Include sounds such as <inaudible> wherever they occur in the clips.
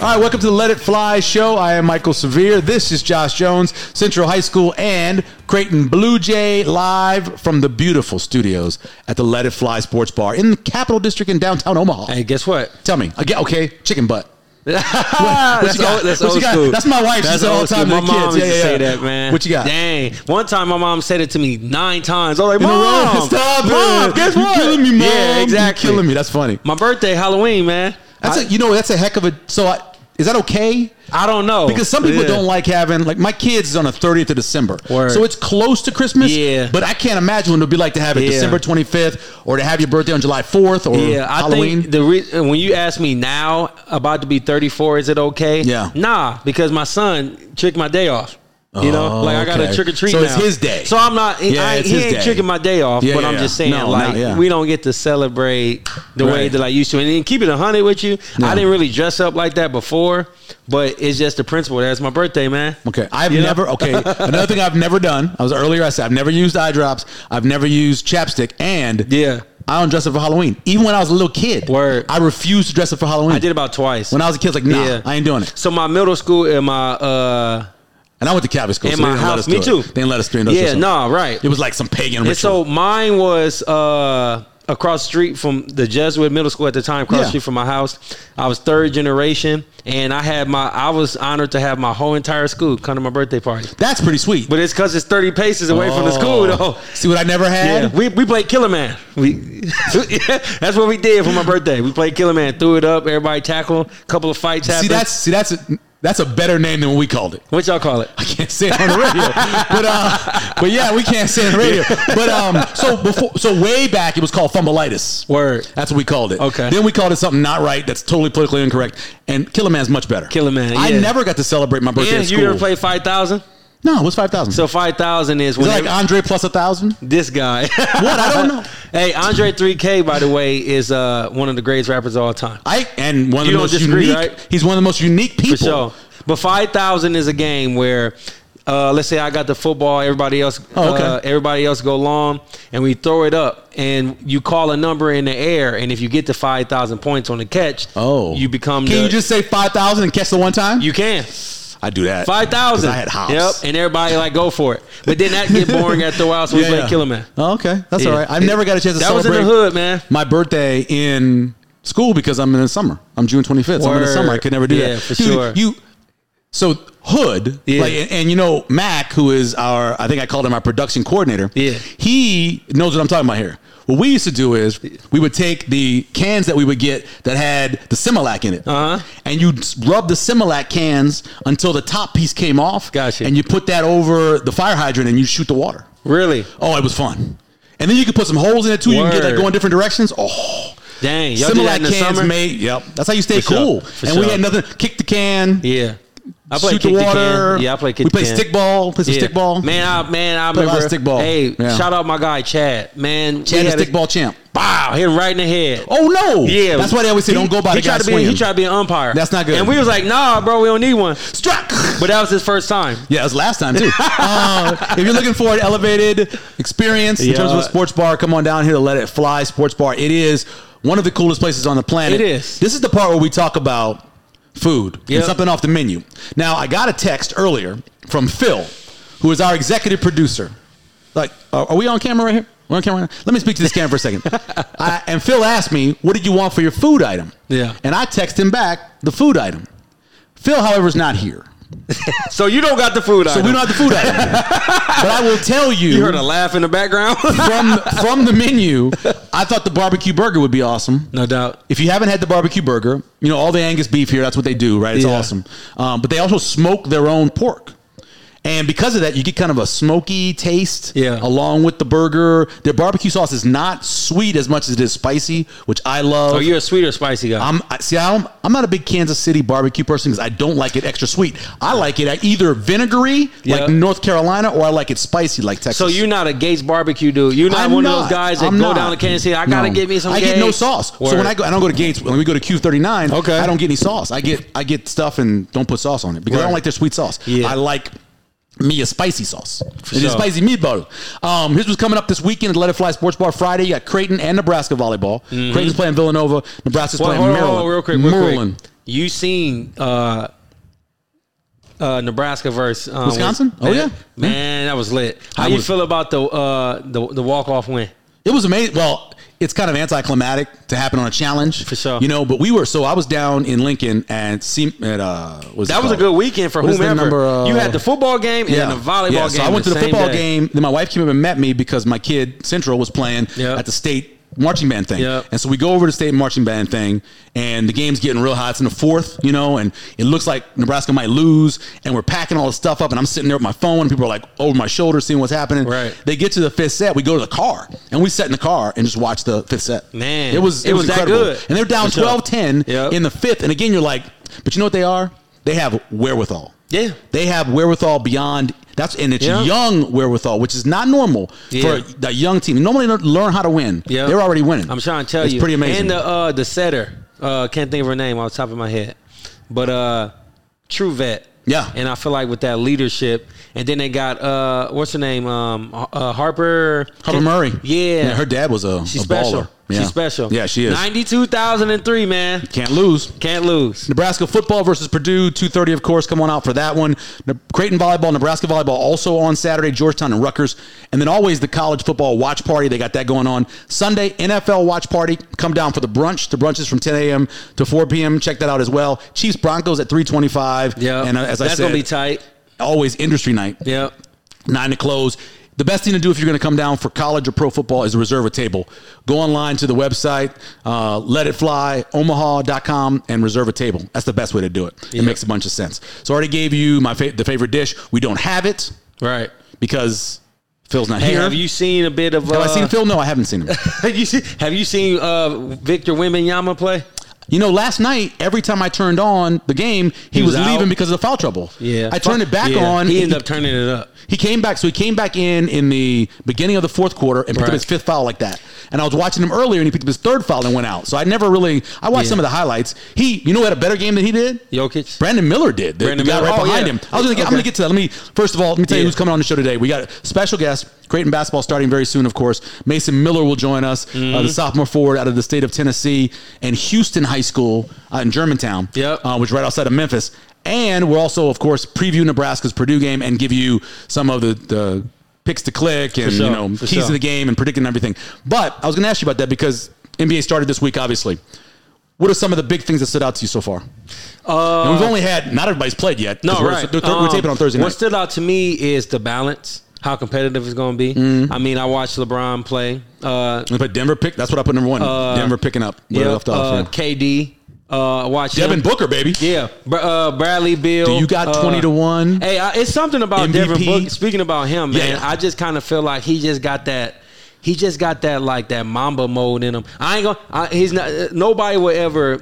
All right, welcome to the Let It Fly show. I am Michael Severe. This is Josh Jones, Central High School and Creighton Blue Jay, live from the beautiful studios at the Let It Fly Sports Bar in the Capital District in downtown Omaha. Hey, <laughs> guess what? Tell me, again, okay, chicken butt. Ah, what you got? old- that's What you old got? school. That's my wife. She That's said all old the time school. to My the mom kids. used Yeah, to yeah, say yeah. that, man. What you got? Dang. One time, my mom said it to me nine times. I was like, In a row. Mom, Stop mom, it. guess You're what? killing me, mom. Yeah, exactly. You're killing me. That's funny. My birthday, Halloween, man. That's I a, you know, that's a heck of a. So, I, is that okay? I don't know Because some people Yeah. don't like having like my kids is on the 30th of December, Word. so it's close to Christmas. Yeah. but I can't imagine what it'd be like to have it Yeah. December 25th or to have your birthday on July 4th or Yeah, I Halloween. think the re- when you ask me now about to be 34, is it okay? Yeah. nah, because my son tricked my day off. You know, Oh, like I got okay. to trick or treat. So it's now. his day. So I'm not. Yeah, I, it's he his ain't day. tricking my day off, Yeah, but yeah, I'm yeah. just saying, No, no, like yeah. we don't get to celebrate the way Right. that I used to. And then keep it hundred with you. I didn't really dress up like that before, but it's just the principle. That's my birthday, man. Okay, I've You know? never. <laughs> Okay, another thing I've never done. I was earlier. I said I've never used eye drops. I've never used chapstick, and Yeah. I don't dress up for Halloween. Even when I was a little kid, Word. I refused to dress up for Halloween. I did about twice. when I was a kid. I was Like, nah, Yeah. I ain't doing it. so my middle school and my uh And I went to Catholic school. In so they my didn't let house, us do me it. too. They didn't let us do it. yeah, nah, right. It was like some pagan And ritual. so mine was uh, across the street from the Jesuit Middle School at the time, across the Yeah. street from my house. I was third generation, and I had my I was honored to have my whole entire school come to my birthday party. That's pretty sweet. But it's because it's thirty paces away from Oh. the school, though. See what I never had? Yeah, we, we played Killer Man. We <laughs> that's what we did for my birthday. We played Killer Man, threw it up, everybody tackled, couple of fights happened. see that's see that's a, that's a better name than what we called it. <laughs> what y'all call it? I can't say it on the radio, but uh, but yeah, we can't say it on the radio. But um, so before so way back it was called fumbleitis. Word. That's what we called it. Okay. Then we called it something not right. That's totally politically incorrect. And Killer Man's much better. Killer Man, I yeah. never got to celebrate my birthday Yeah, at you school. ever played five thousand? no, it was five thousand. So five thousand is is when it like they- Andre plus a <laughs> thousand? this guy. What I don't know. Hey, Andre 3K, by the way, is uh, one of the greatest rappers of all time. I and one of the You don't most disagree, unique. right? He's one of the most unique people. For sure. But 5,000 is a game where, uh, let's say I got the football, everybody else, Oh, okay. uh, everybody else go long, and we throw it up, and you call a number in the air, and if you get to 5,000 points on the catch, Oh, you become Can the- you just say five thousand and catch the one time? You can. I do that. 'Cause 5,000. I had hops. Yep, and everybody, like, go for it. But then that get boring after a <laughs> while, so we play Killer Man. Oh, okay, that's Yeah. all right. I've never got a chance to That was in celebrate the hood, man. my birthday in school because I'm in the summer. I'm June 25th. So I'm in the Word. summer. I could never do Yeah, that. for Dude, sure. You so hood Yeah. like and, and you know Mac who is our I think I called him our production coordinator. Yeah. He knows what I'm talking about here. What we used to do is we would take the cans that we would get that had the Similac in it, Uh-huh. and you'd s- rub the Similac cans until the top piece came off. Gotcha. And you put that over the fire hydrant and you shoot the water. Really? Oh, it was fun. And then you could put some holes in it too. You can get that Word. going different directions. Oh, Dang. Y'all did that Similac in the cans summer? made. Yep, that's how you stay For sure. cool. For and we sure. had nothing. Kick the can. Yeah. I play shoot kick the the water. can. Yeah, I play kick We the play can. stickball. Play some Yeah. stickball. Man, I, man, I Play a remember. lot of stickball. Hey, Yeah. shout out my guy Chad. Man, Chad he the had a- stickball champ. Wow, hit him right in the head. Oh no! Yeah, that's why they always say He- don't go by he the guy tried to be, swinging. He tried to be an umpire. That's not good. And we was like, nah, bro, we don't need one. struck. But that was his first time. Yeah, it was last time <laughs> too. Uh, if you're looking for an elevated experience in terms of a Yeah. sports bar, come on down here to Let It Fly Sports Bar. It is one of the coolest places on the planet. It is. This is the part where we talk about food and Yep. something off the menu. Now, I got a text earlier from Phil, who is our executive producer. Like, are are we on camera right here? We're on camera. Right now? Let me speak to this camera for a <laughs> second. I, and Phil asked me, "What did you want for your food item?" Yeah. And I text him back the food item. Phil, however, is not here. So you don't got the food So item. we don't have the food item. but I will tell you, you heard a laugh in the background? <laughs> from from the menu, I thought the barbecue burger would be awesome. no doubt. If you haven't had the barbecue burger, you know all the Angus beef here. That's what they do, right? It's Yeah. awesome. Um, but they also smoke their own pork, And because of that, you get kind of a smoky taste Yeah. along with the burger. Their barbecue sauce is not sweet as much as it is spicy, which I love. Oh, you're a sweet or spicy guy. I'm I- see. I don't, I'm not a big Kansas City barbecue person because I don't like it extra sweet. I like it either vinegary, Yeah. like North Carolina, or I like it spicy, like Texas. so you're not a Gates barbecue dude. You're not I'm one of those guys that I'm go not. down to Kansas City. I No. gotta get me some. I get no Gates." sauce. Word. So when I go, I don't go to Gates. When we go to Q39, Okay. I don't get any sauce. I get I get stuff and don't put sauce on it because I Word. don't like their sweet sauce. Yeah. I like me a spicy sauce. It is sure. spicy meatball. Um, here's what's coming up this weekend at Let It Fly Sports Bar Friday. You got Creighton and Nebraska volleyball. Creighton's playing Villanova. Nebraska's Well, playing Mm-hmm. hold on, Maryland. hold on, real quick, real Maryland. quick. You seen uh, uh, Nebraska versus um, Wisconsin? Oh, man, yeah. man, that was lit. How That you was- feel about the uh, the, the walk off win? It was amazing. Well, it's kind of anticlimactic to happen on a challenge, For sure. You know, but we were so I was down in Lincoln and see at uh was That was a good weekend for whomever. you had the football game and the volleyball game. uh, So I went to the same football day. game. Then my wife came up and met me because my kid Central was playing Yep. at the state marching band thing. Yep. And so we go over to the state marching band thing, and the game's getting real hot. It's in the fourth, you know, and it looks like Nebraska might lose. And we're packing all the stuff up, and I'm sitting there with my phone, and people are like over my shoulder, seeing what's happening. Right. They get to the fifth set. We go to the car, and we sat in the car and just watch the fifth set. Man, it was it, it was, was that incredible. good. And they're down For sure. 12-10 Yep. in the fifth. And again, you're like, but you know what they are? They have wherewithal. Yeah. They have wherewithal beyond that's and it's Yeah. young wherewithal, which is not normal Yeah. for the young team. Normally they learn how to win. Yeah. They're already winning. I'm trying to tell it's you. It's pretty amazing. And the uh, the setter, uh, can't think of her name off the top of my head, but uh, true vet. Yeah. And I feel like with that leadership, and then they got uh, what's her name, um, uh, Harper Harper Murray. Yeah. Her dad was a, She's a special. baller. Yeah. She's special. Yeah, she is. Ninety two thousand and three, man. Can't lose. Can't lose. Nebraska football versus Purdue, 2.30, of course. Come on out for that one. Ne- Creighton volleyball, Nebraska volleyball also on Saturday, Georgetown and Rutgers. And then always the college football watch party. They got that going on. Sunday, NFL watch party. Come down for the brunch. The brunch is from 10 a.m. to 4 p.m. Check that out as well. Chiefs Broncos at 325. Yeah. And uh, as that's I said, gonna be tight. always industry night. Yeah. Nine to close. The best thing to do if you're going to come down for college or pro football is to reserve a table. Go online to the website, uh, let it fly, omaha.com, and reserve a table. That's the best way to do it. It Yeah. makes a bunch of sense. So I already gave you my fa- the favorite dish. We don't have it Right. because Phil's not Hey, here. have you seen a bit of? have uh, I seen <laughs> Phil? No, I haven't seen him. you see, have you seen uh, Victor Wembanyama play? You know, last night, every time I turned on the game, he, He was, was out. leaving because of the foul trouble. I turned it back Yeah. on. He ended up turning it up. He came back. So he came back in in the beginning of the fourth quarter and picked up Right. his fifth foul like that. And I was watching him earlier and he picked up his third foul and went out. So I never really, I watched Yeah. some of the highlights. He, you know, who had a better game than he did? Jokic. Brandon Miller did. The, Brandon the guy Miller. right Oh, behind yeah. him. I was gonna get, I'm Okay. going to get to that. Let me, first of all, let me tell you Yeah. who's coming on the show today. We got a special guest, Creighton basketball starting very soon, of course. Mason Miller will join us, Mm-hmm. uh, the sophomore forward out of the state of Tennessee and Houston High School uh, in Germantown, Yep. uh, which is right outside of Memphis. And we're also, of course, preview Nebraska's Purdue game and give you some of the, the picks to click and sure, you know for keys sure. to the game and predicting everything. But I was going to ask you about that because NBA started this week, obviously. What are some of the big things that stood out to you so far? Uh, we've only had not everybody's played yet. 'cause No, we're, right. We're, Um, we're taping on Thursday What night. stood out to me is the balance, how competitive it's going to be. I mean, I watched LeBron play. Uh, I Mm-hmm. put Denver pick. That's what I put number one. Denver picking up. Where yeah, they left off. uh, yeah. KD. Uh, watch Devin him. Booker, baby. Yeah, Br- uh, Bradley Bill. Do you got uh, 20 to 1? Hey, I, it's something about MVP? Devin Booker. Speaking about him, man, Yeah. I just kind of feel like he just got that. He just got that like that Mamba mode in him. I ain't gonna. I, he's not. uh, Nobody will ever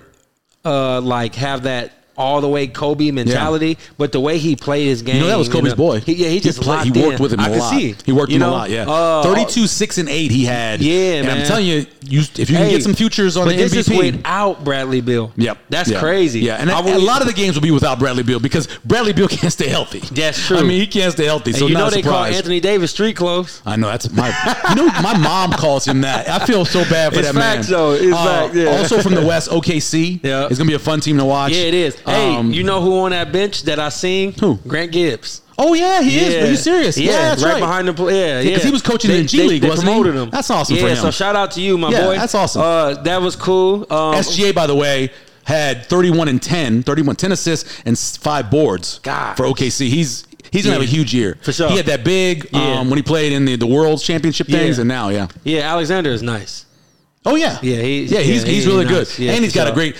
uh, like have that all the way Kobe mentality. But the way he played his game, You know that was Kobe's know, boy. He, yeah, he just played- locked he worked in. with him I a could lot. see. He worked You him know? a lot. Yeah, Uh, thirty-two, six, and eight. He had. Yeah, and I'm man. telling you, you if you can Hey, get some futures on but the this MVP. is without Bradley Bill. Yep, that's Yeah. crazy. Yeah, and a, I a would- lot of the games will be without Bradley Beal because Bradley Beal <laughs> can't stay healthy. That's true. I mean, he can't stay healthy. So And you not know a they call surprise. Anthony Davis street clothes. I know that's my. You know, my mom calls him that. I feel so bad for It's that facts, man. Uh, though. It's fact, yeah. Also from the West, OKC. Yeah. it's gonna be a fun team to watch. Yeah, it is. Hey, Um, you know who on that bench that I seen? Who? Grant Gibbs. Oh yeah, he is. Yeah. Are you serious? Yeah, that's right, right. behind the pl- yeah, yeah. 'cause he was coaching in the G League, They wasn't he? promoted him. That's awesome Yeah, for him. so shout out to you, my Yeah, boy. that's awesome. Uh, that was cool. Um, SGA, by the way, had 31 and 10, 31 10 assists and s- five boards Gosh. for OKC. He's he's gonna Yeah. have a huge year For sure. He had that big Yeah. um, when he played in the the World Championship things, Yeah. and now yeah. yeah, Alexander is nice. Oh yeah, yeah, Yeah, he's- he's, yeah, he's he's really nice. good, Yeah, and he's for got a sure. great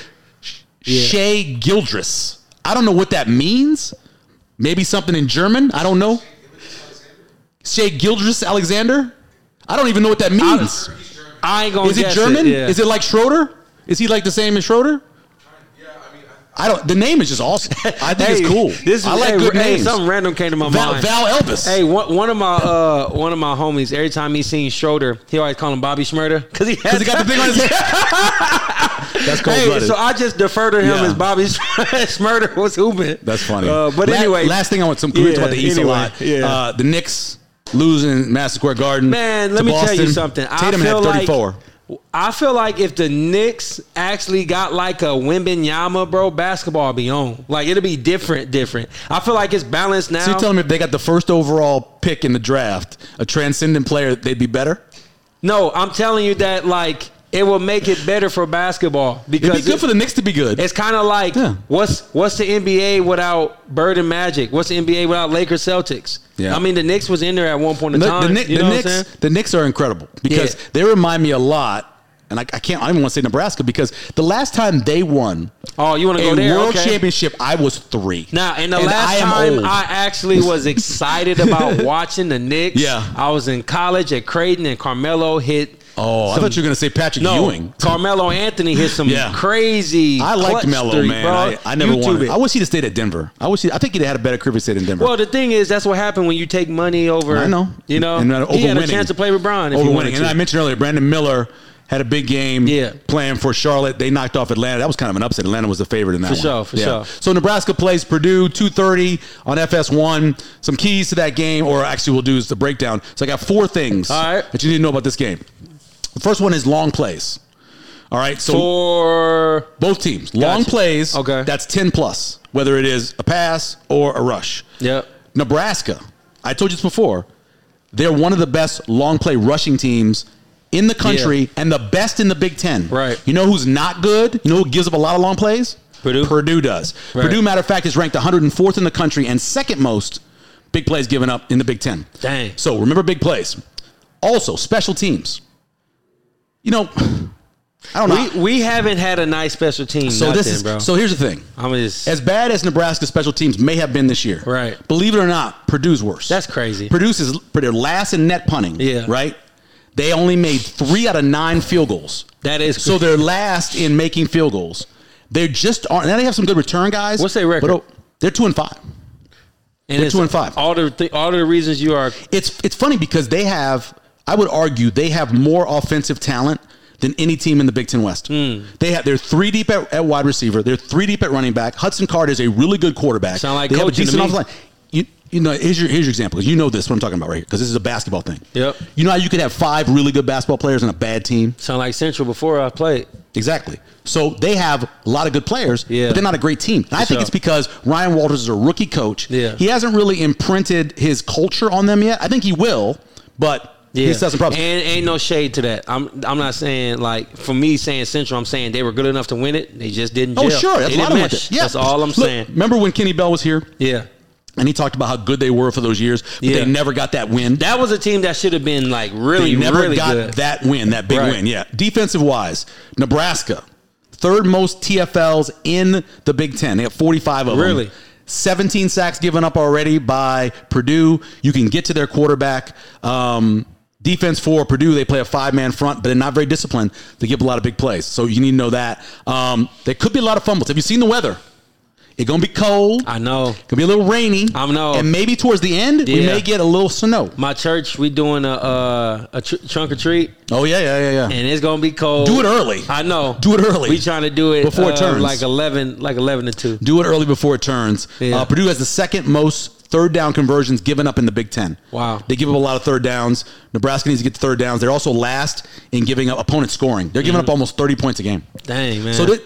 Shea Gildress. I don't know what that means, Maybe something in German. I don't know. Shea Gildress Alexander. I don't even know what that means. I ain't gonna. Is it guess German? yeah. Is it like Schroeder? Is he like the same as Schroeder? I don't. The name is just <laughs> awesome. I think Hey, it's cool. This is, I like hey, good ra- hey, names. Something random came to my Val, mind. Val Elvis. Hey, one, one of my uh, one of my homies. Every time he seen Schroeder, he always call him Bobby Schmurder because <laughs> he because has he got the thing on his head. That's cold Hey, blooded. so I just defer to him Yeah. as Bobby Schmurder was hooping. That's funny. Uh, but La- anyway, last thing I want some we were talking about the Yeah, East anyway, a lot. yeah. Uh, the Knicks losing Madison Square Garden. Man, to let me tell you Boston. something. Tatum I feel had 34. like I feel like if the Knicks actually got like a Wimbenyama, bro, basketball be on. Like it'll be different, different. I feel like it's balanced now. so you telling me if they got the first overall pick in the draft, a transcendent player, they'd be better? no, I'm telling you that like it will make it better for basketball It'd because be good it- for the Knicks to be good. It's kind of like Yeah. what's what's the NBA without Bird and Magic? What's the NBA without Lakers Celtics? Yeah. I mean the Knicks was in there at one point in The, time. the, Knick- you know the what I'm Knicks, saying? the Knicks are incredible because Yeah. they remind me a lot. And I, I can't. I don't even want to say Nebraska because the last time they won Oh, you want to a go there? world okay. championship, I was three. Now, and the And last I am time old. I actually was <laughs> excited about watching the Knicks, Yeah. I was in college at Creighton, and Carmelo hit. oh, I some- thought you were going to say Patrick no, Ewing. Carmelo Anthony hit some Yeah. crazy. I liked clutch Melo, three, man. bro. I, I never YouTube wanted. it. I wish he'd have stayed at Denver. I wish. He, I think he'd have had a better career if he stayed in Denver. well, the thing is, that's what happened when you take money over. I know. You know, And, uh, he had a overwinning. chance to play with Brian. If over he winning. wanted And to. I mentioned earlier, Brandon Miller had a big game Yeah. playing for Charlotte. They knocked off Atlanta. That was kind of an upset. Atlanta was the favorite in that For one. sure, for sure. So Nebraska plays Purdue 230 on FS1. Some keys to that game, or actually we'll do is the breakdown. So I got four things All right. that you need to know about this game. The first one is long plays. All right. So for both teams. Long Gotcha. plays. Okay. That's 10 plus, whether it is a pass or a rush. Yep. Nebraska, I told you this before, they're one of the best long play rushing teams in the country Yeah. and the best in the Big Ten. Right. You know who's not good? You know who gives up a lot of long plays? Purdue? Purdue does. Right. Purdue, matter of fact, is ranked 104th in the country and second most big plays given up in the Big Ten. Dang. So remember big plays. Also, special teams. You know, <sighs> I don't know. we we haven't had a nice special team. so this nothing, is bro. so here's the thing. I'm just As bad as Nebraska special teams may have been this year, Right. Believe it or not, Purdue's worse. That's crazy. Purdue's is Purdue last in net punting. Yeah. right. They only made three out of nine field goals, that is so <laughs> they're last in making field goals. They just aren't. Now they have some good return guys. What's their record? oh, they're two and five. and it's two and five. All the th- all the reasons you are It's it's funny because they have. I would argue they have more offensive talent than any team in the Big Ten West. Hmm. They have they're three deep at, at wide receiver. They're three deep at running back. Hudson Card is a really good quarterback. Sound like they have a coaching to decent me. offensive line. You, you know here's your here's your example. You know this what I'm talking about right here because this is a basketball thing. Yep. You know how you could have five really good basketball players on a bad team. sound like Central before I played. Exactly. So they have a lot of good players, Yeah. but they're not a great team. And I think sure. it's because Ryan Walters is a rookie coach. Yeah. He hasn't really imprinted his culture on them yet. I think he will, but Yeah, he's still has some problems. and ain't no shade to that. I'm I'm not saying like for me saying Central. I'm saying they were good enough to win it. They just didn't. oh, gel. sure. They That's a didn't lot of mesh. it. Yeah. That's all I'm Look, saying. Remember when Kenny Bell was here Yeah, and he talked about how good they were for those years, but Yeah. they never got that win? that was a team that should have been like they really never really got good. that win, that big Right. win. Yeah. Defensive wise, Nebraska, third most TFLs in the Big Ten. They got 45 of Really? them. 17 sacks given up already by Purdue. You can get to their quarterback. Um, defense for Purdue, they play a five man front, but they're not very disciplined. They give up a lot of big plays. So you need to know that. Um, there could be a lot of fumbles. Have you seen the weather? It's going to be cold. I know. It's going to be a little rainy. I know. And maybe towards the end, we Yeah. may get a little snow. My church, we doing a uh, a tr- trunk or treat, Oh, yeah, yeah, yeah, yeah. and it's gonna be cold. Do it early. I know. Do it early. We trying to do it Before it uh, turns. like eleven, like eleven to two. Do it early before it turns. Yeah. Uh, Purdue has the second most third down conversions given up in the Big Ten. Wow. They give up a lot of third downs. Nebraska needs to get the third downs. They're also last in giving up opponent scoring. They're Mm-hmm. giving up almost 30 points a game. Dang man. So that,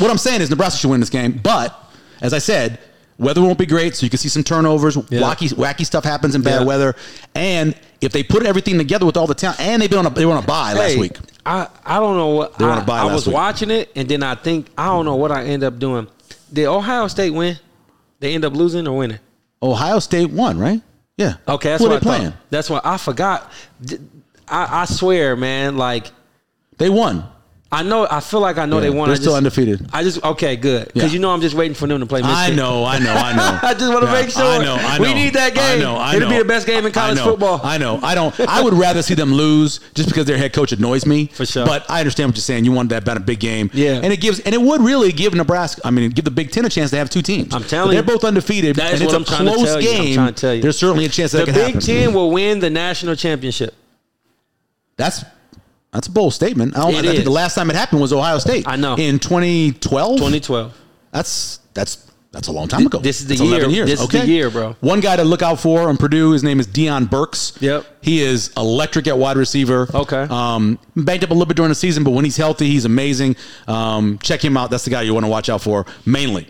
what I'm saying is Nebraska should win this game. But as I said, weather won't be great, so you can see some turnovers. Wacky, wacky stuff happens in bad Yeah. weather. And if they put everything together with all the talent, and they've been on a, they were on a bye last Hey, week. I, I don't know what They were on I, a bye I last was week. watching it, and then I think I don't know what I end up doing. Did Ohio State win? They end up losing or winning? Ohio State won, right? Yeah. Okay, that's Who are what they I thought. playing. That's what I forgot. D- I, I swear, man. Like They won. I know. I feel like I know Yeah, they want. they're I still just- undefeated. I just okay, good. Yeah. Because you know, I'm just waiting for them to play. I Michigan. know, I know, I know. <laughs> I just wanna make sure. I know, I know. We need that I game. know, I It'll be know. the best game I in college know, football. I know. I don't. I would rather see them lose just because their head coach annoys me. For sure. But I understand what you're saying. You wanted that about a big game. Yeah. And it gives, and it would really give Nebraska. I mean, give the Big Ten a chance to have two teams. I'm telling But you. they're both undefeated. That is and it's what a I'm trying to close tell you. I'm game. trying to tell you. There's certainly a chance that, The could Big happen. Ten will win the national championship. That's that's a bold statement. I, don't, It I think the is. last time it happened was Ohio State. I know. In 2012. 2012. That's that's that's a long time ago. this is the That's 11 year. Years. This is okay? the year, bro. One guy to look out for on Purdue. His name is Dion Burks. Yep. He is electric at wide receiver. Okay. Um, banked up a little bit during the season, but when he's healthy, he's amazing. Um, check him out. That's the guy you want to watch out for mainly.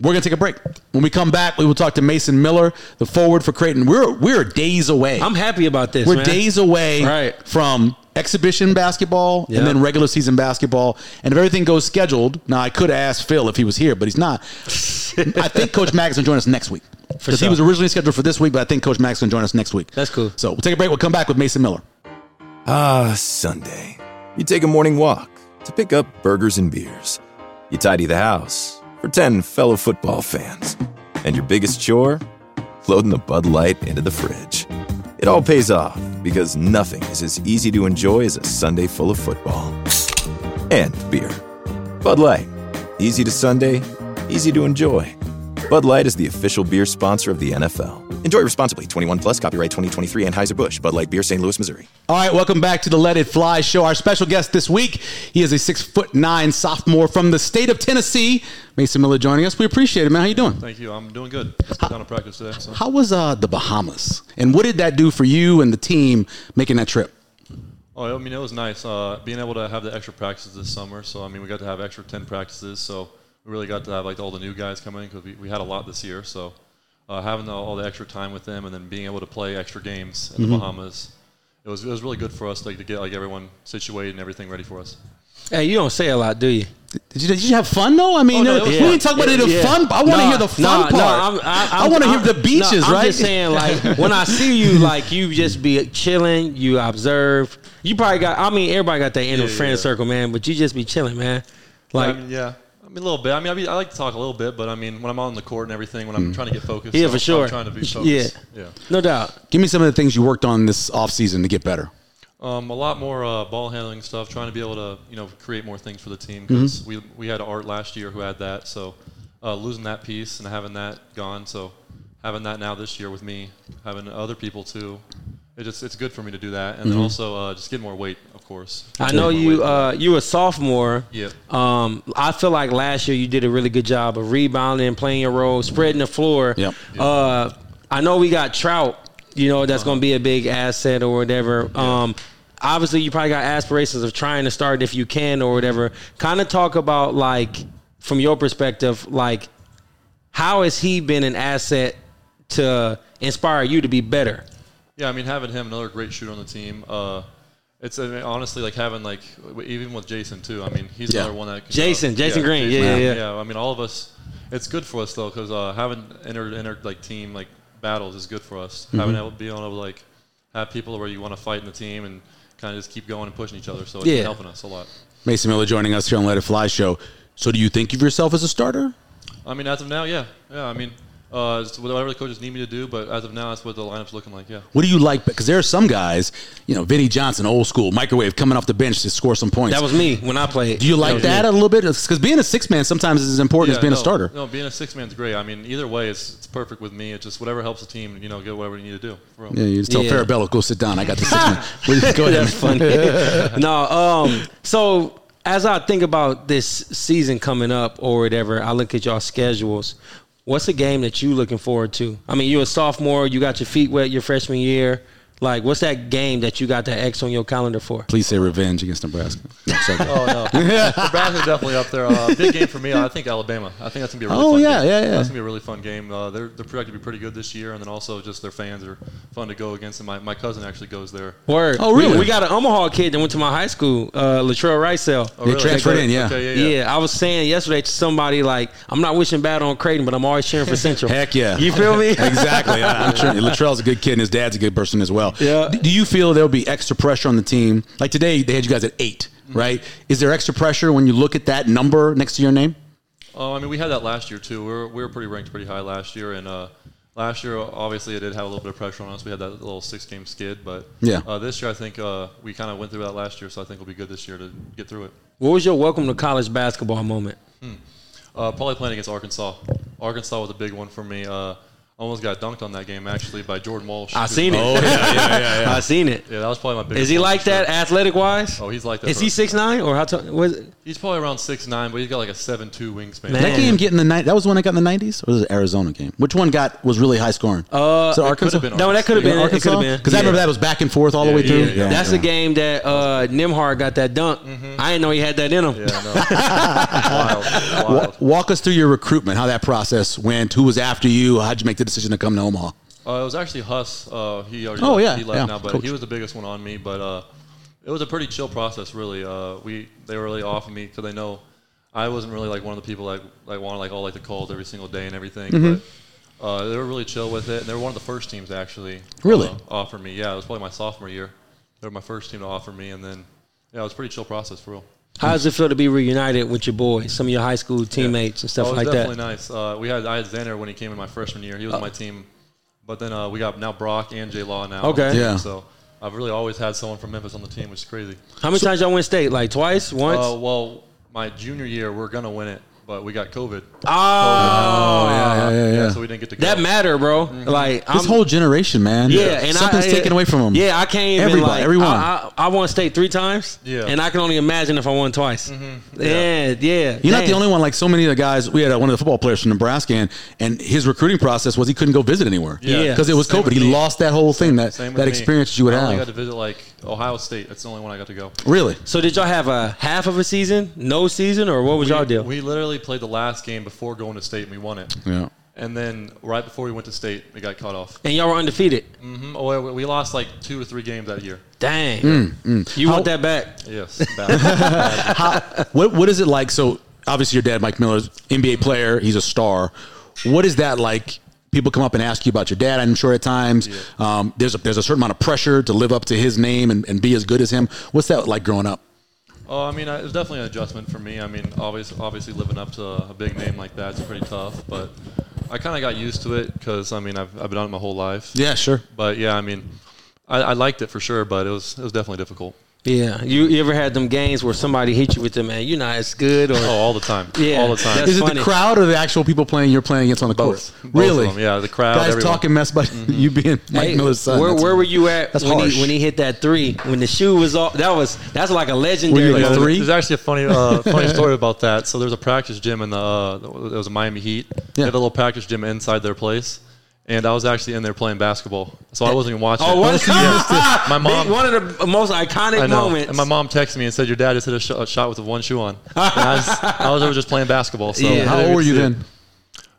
We're gonna take a break. When we come back, we will talk to Mason Miller, the forward for Creighton. We're we're days away. I'm happy about this. We're man. days away Right. from exhibition basketball Yeah. and then regular season basketball. And if everything goes scheduled, now I could ask Phil if he was here, but he's <laughs> not. I think Coach Mack is going to join us next week because he sure. was originally scheduled for this week, but I think Coach Mack's going to join us next week. That's cool. So we'll take a break. We'll come back with Mason Miller. Ah, Sunday. You take a morning walk to pick up burgers and beers. You tidy the house for 10 fellow football fans. And your biggest chore? Loading the Bud Light into the fridge. It all pays off because nothing is as easy to enjoy as a Sunday full of football and beer. Bud Light. Easy to Sunday, easy to enjoy. Bud Light is the official beer sponsor of the NFL. Enjoy responsibly. 21 plus. Copyright 2023. Anheuser-Busch. Bud Light Beer, St. Louis, Missouri. All right, welcome back to the Let It Fly show. Our special guest this week, he is a six foot nine sophomore from the state of Tennessee. Mason Miller joining us. We appreciate it, man. How you doing? Thank you. I'm doing good. Just got down to practice today. So. How was uh, the Bahamas, and what did that do for you and the team making that trip? Oh, I mean, it was nice uh, being able to have the extra practices this summer. So, I mean, we got to have extra 10 practices. So, we really got to have like all the new guys come in because we, we had a lot this year. So, uh, having the, all the extra time with them and then being able to play extra games Mm-hmm. in the Bahamas, it was, it was really good for us like to get like everyone situated and everything ready for us. Hey, you don't say a lot, do you? Did you, did you have fun though? I mean, Oh, no, it we was didn't talk about Yeah, it. The yeah. fun. I want to Nah, hear the fun nah, part. nah, I'm- I'm- want to I'm- hear the nah, beaches, right? I'm just <laughs> saying, like when I see you, like you just be chilling. You observe. You probably got. I mean, everybody got their inner Yeah, friend yeah. circle, man. But you just be chilling, man. I Like mean, yeah. I mean, a little bit. I mean, I, be, I like to talk a little bit, but I mean, when I'm on the court and everything, when I'm trying to get focused, Mm. Yeah, I'm- for sure. I'm trying to <laughs> be Yeah. focused. Yeah. no doubt. Give me some of the things you worked on this offseason to get better. Um, a lot more uh, ball handling stuff, trying to be able to you know create more things for the team because we we had Art last year who had that, so uh, losing that piece and having that gone, so having that now this year with me, having other people too, it just it's good for me to do that, and then also uh, just get more weight, of course. I know More you. weight. Uh, you a sophomore. Yeah. Um, I feel like last year you did a really good job of rebounding, playing your role, spreading the floor. Yep. Uh, I know we got Trout. You know that's going to be a big asset or whatever. Um, obviously you probably got aspirations of trying to start if you can or whatever. Kind of talk about like from your perspective, like how has he been an asset to inspire you to be better? Yeah, I mean, having him another great shooter on the team. Uh, it's I mean, honestly like having like w- even with Jason too. I mean, he's Yeah. another one that can, uh, Jason, Jason Green, yeah, yeah, yeah. I mean, all of us. It's good for us though because uh, having entered entered like team like battles is good for us. Mm-hmm. Having able being able to like have people where you want to fight in the team and kind of just keep going and pushing each other. So it's Yeah. been helping us a lot. Mason Miller joining us here on Let It Fly show. So, do you think of yourself as a starter? I mean, as of now, yeah, yeah. I mean, uh, it's whatever the coaches need me to do, but as of now, that's what the lineup's looking like. Yeah. What do you like? Because there are some guys, you know, Vinny Johnson, old school, microwave, coming off the bench to score some points. That was me when I played. do you like was me. that a little bit? Because being a six man sometimes is as important as being no, a starter. No, being a six man's great. I mean, either way, it's, it's perfect with me. It's just whatever helps the team, you know, get whatever you need to do. For real. Yeah, you just tell Yeah. Farabella, go sit down. I got the six <laughs> man. Go ahead. That's funny. <laughs> no, um, so as I think about this season coming up or whatever, I look at y'all schedules. What's a game that you looking forward to? I mean, you're a sophomore, you got your feet wet your freshman year. Like, what's that game that you got that X on your calendar for? Please say revenge against <laughs> Nebraska. No, sorry. Oh <laughs> no, Nebraska's definitely up there. Uh, big game for me. I think Alabama. I think that's gonna be a really Oh, fun yeah, game. yeah, yeah. That's gonna be a really fun game. Uh, they're they're projected to be pretty good this year, and then also just their fans are fun to go against. And my, my cousin actually goes there. Word. Oh, really? We, we got an Omaha kid that went to my high school, uh, Latrell Ricell. Oh, They transferred in, yeah. Okay, yeah. yeah, yeah. I was saying yesterday to somebody like, I'm not wishing bad on Creighton, but I'm always cheering for <laughs> Central. Heck yeah. You feel <laughs> me? exactly. I- I'm sure Latrell's a good kid, and his dad's a good person as well. Yeah. D- Do you feel there'll be extra pressure on the team? Like today, they had you guys at eight. right? Is there extra pressure when you look at that number next to your name? Oh, I mean, we had that last year too. We were, we were pretty ranked pretty high last year, and uh, last year obviously it did have a little bit of pressure on us. We had that little six game skid, but Yeah. uh, this year I think uh, we kind of went through that last year, so I think we'll be good this year to get through it. What was your welcome to college basketball moment? Uh, probably playing against Arkansas. Arkansas was a big one for me. Uh, almost got dunked on that game actually by Jordan Walsh. I seen it. Oh, yeah, yeah, yeah, yeah. <laughs> I seen it. Yeah, that was probably my biggest. Is he one like for sure. that athletic wise? Oh, he's like that. Is he for- six nine or how tall? Was it? He's probably around six nine, but he's got like a seven two wingspan. Man. That game getting the night. That was the one I got in the nineties, or was it Arizona game? Which one got was really high scoring? Uh, it Arkansas. been No, that could have been. It could have been. Because I remember that was back and forth all the Yeah, way yeah, through. yeah, yeah. That's the game that uh, Nimhard got that dunk. I didn't know he had that in him. Mm-hmm. Yeah, <laughs> no. wild, Wa- wild. Walk us through your recruitment, how that process went, who was after you, how'd you make the decision to come to Omaha? Uh, it was actually Huss. Uh, he already Oh, left, yeah, he left yeah, now, but coach. he was the biggest one on me. But uh, it was a pretty chill process, really. Uh, we they were really off me because they know I wasn't really like one of the people that like wanted like all like the calls every single day and everything. Mm-hmm. But uh, they were really chill with it, and they were one of the first teams to actually Really? uh, offer me. Yeah, it was probably my sophomore year. They were my first team to offer me, and then yeah, it was a pretty chill process for real. How does it feel to be reunited with your boys, some of your high school teammates and Oh, stuff it was like definitely that? nice. Uh, we had I had Xander when he came in my freshman year. He Oh. was on my team, but then uh, we got now Brock and J Law now. on Okay. the team. Yeah. So I've really always had someone from Memphis on the team, which is crazy. How many times y'all went state? Like twice, once. Uh, well, my junior year we're gonna win it, but we got COVID. oh, yeah, yeah, yeah. So we didn't get to go. that matter, bro. Mm-hmm. Like This I'm- whole generation, man. Yeah, and something's I, taken away from them. Yeah, I can't even. Everybody, like, everyone. I, I, I won state three times. Yeah. Mm-hmm. and I can only imagine if I won twice. Yeah, yeah. You're not Damn. the only one. Like so many of the guys, we had uh, one of the football players from Nebraska, and, and his recruiting process was he couldn't go visit anywhere. Yeah. because it was Same COVID. with He me. lost that whole thing, that Same with that me. experience you would I only got have. to visit like Ohio State. That's the only one I got to go. Really? So did y'all have a half of a season, no season, or what was y'all deal? We literally played the last game before going to state, and we won it. Yeah. And then right before we went to state, we got cut off. and y'all were undefeated. hmm Oh, we- we lost like two or three games that year. Dang, Mm, you want that back? Yes. bad. What What is it like? So obviously, your dad, Mike Miller, is NBA player. He's a star. What is that like? People come up and ask you about your dad. I'm sure at times um, there's a, there's a certain amount of pressure to live up to his name and, and be as good as him. What's that like growing up? Oh, I mean, I- it was definitely an adjustment for me. I mean, obviously, obviously living up to a big name like that's pretty tough, but I kind of got used to it because I mean, I've, I've been on it my whole life. Yeah, sure. But yeah, I mean, I, I liked it for sure, but it was it was definitely difficult. Yeah, you, you ever had them games where somebody hit you with them, man? You're not as good, or Oh, all the time. Yeah, all the time. That's is it funny. the crowd or the actual people playing you're playing against on the Both. court? Both of really? them, yeah, the crowd, Guys everyone. Mm-hmm. talking mess by <laughs> you being Mike <laughs> Hey, Miller's son. Where, That's- where were you at that's when harsh. he when he hit that three? When the shoe was off, that was that's like a legendary. like, moment. three? There's actually a funny uh, funny story about that. So there's a practice gym in the uh, it was a Miami Heat. They Yeah. had a little practice gym inside their place. And I was actually in there playing basketball, so I wasn't even watching. Oh, it. <laughs> what? <laughs> My mom- one of the most iconic I know. moments. And my mom texted me and said, "Your dad just hit a, sh- a shot with one shoe on." And I, was, I was over just playing basketball. So Yeah. I How didn't old were even you see it. then?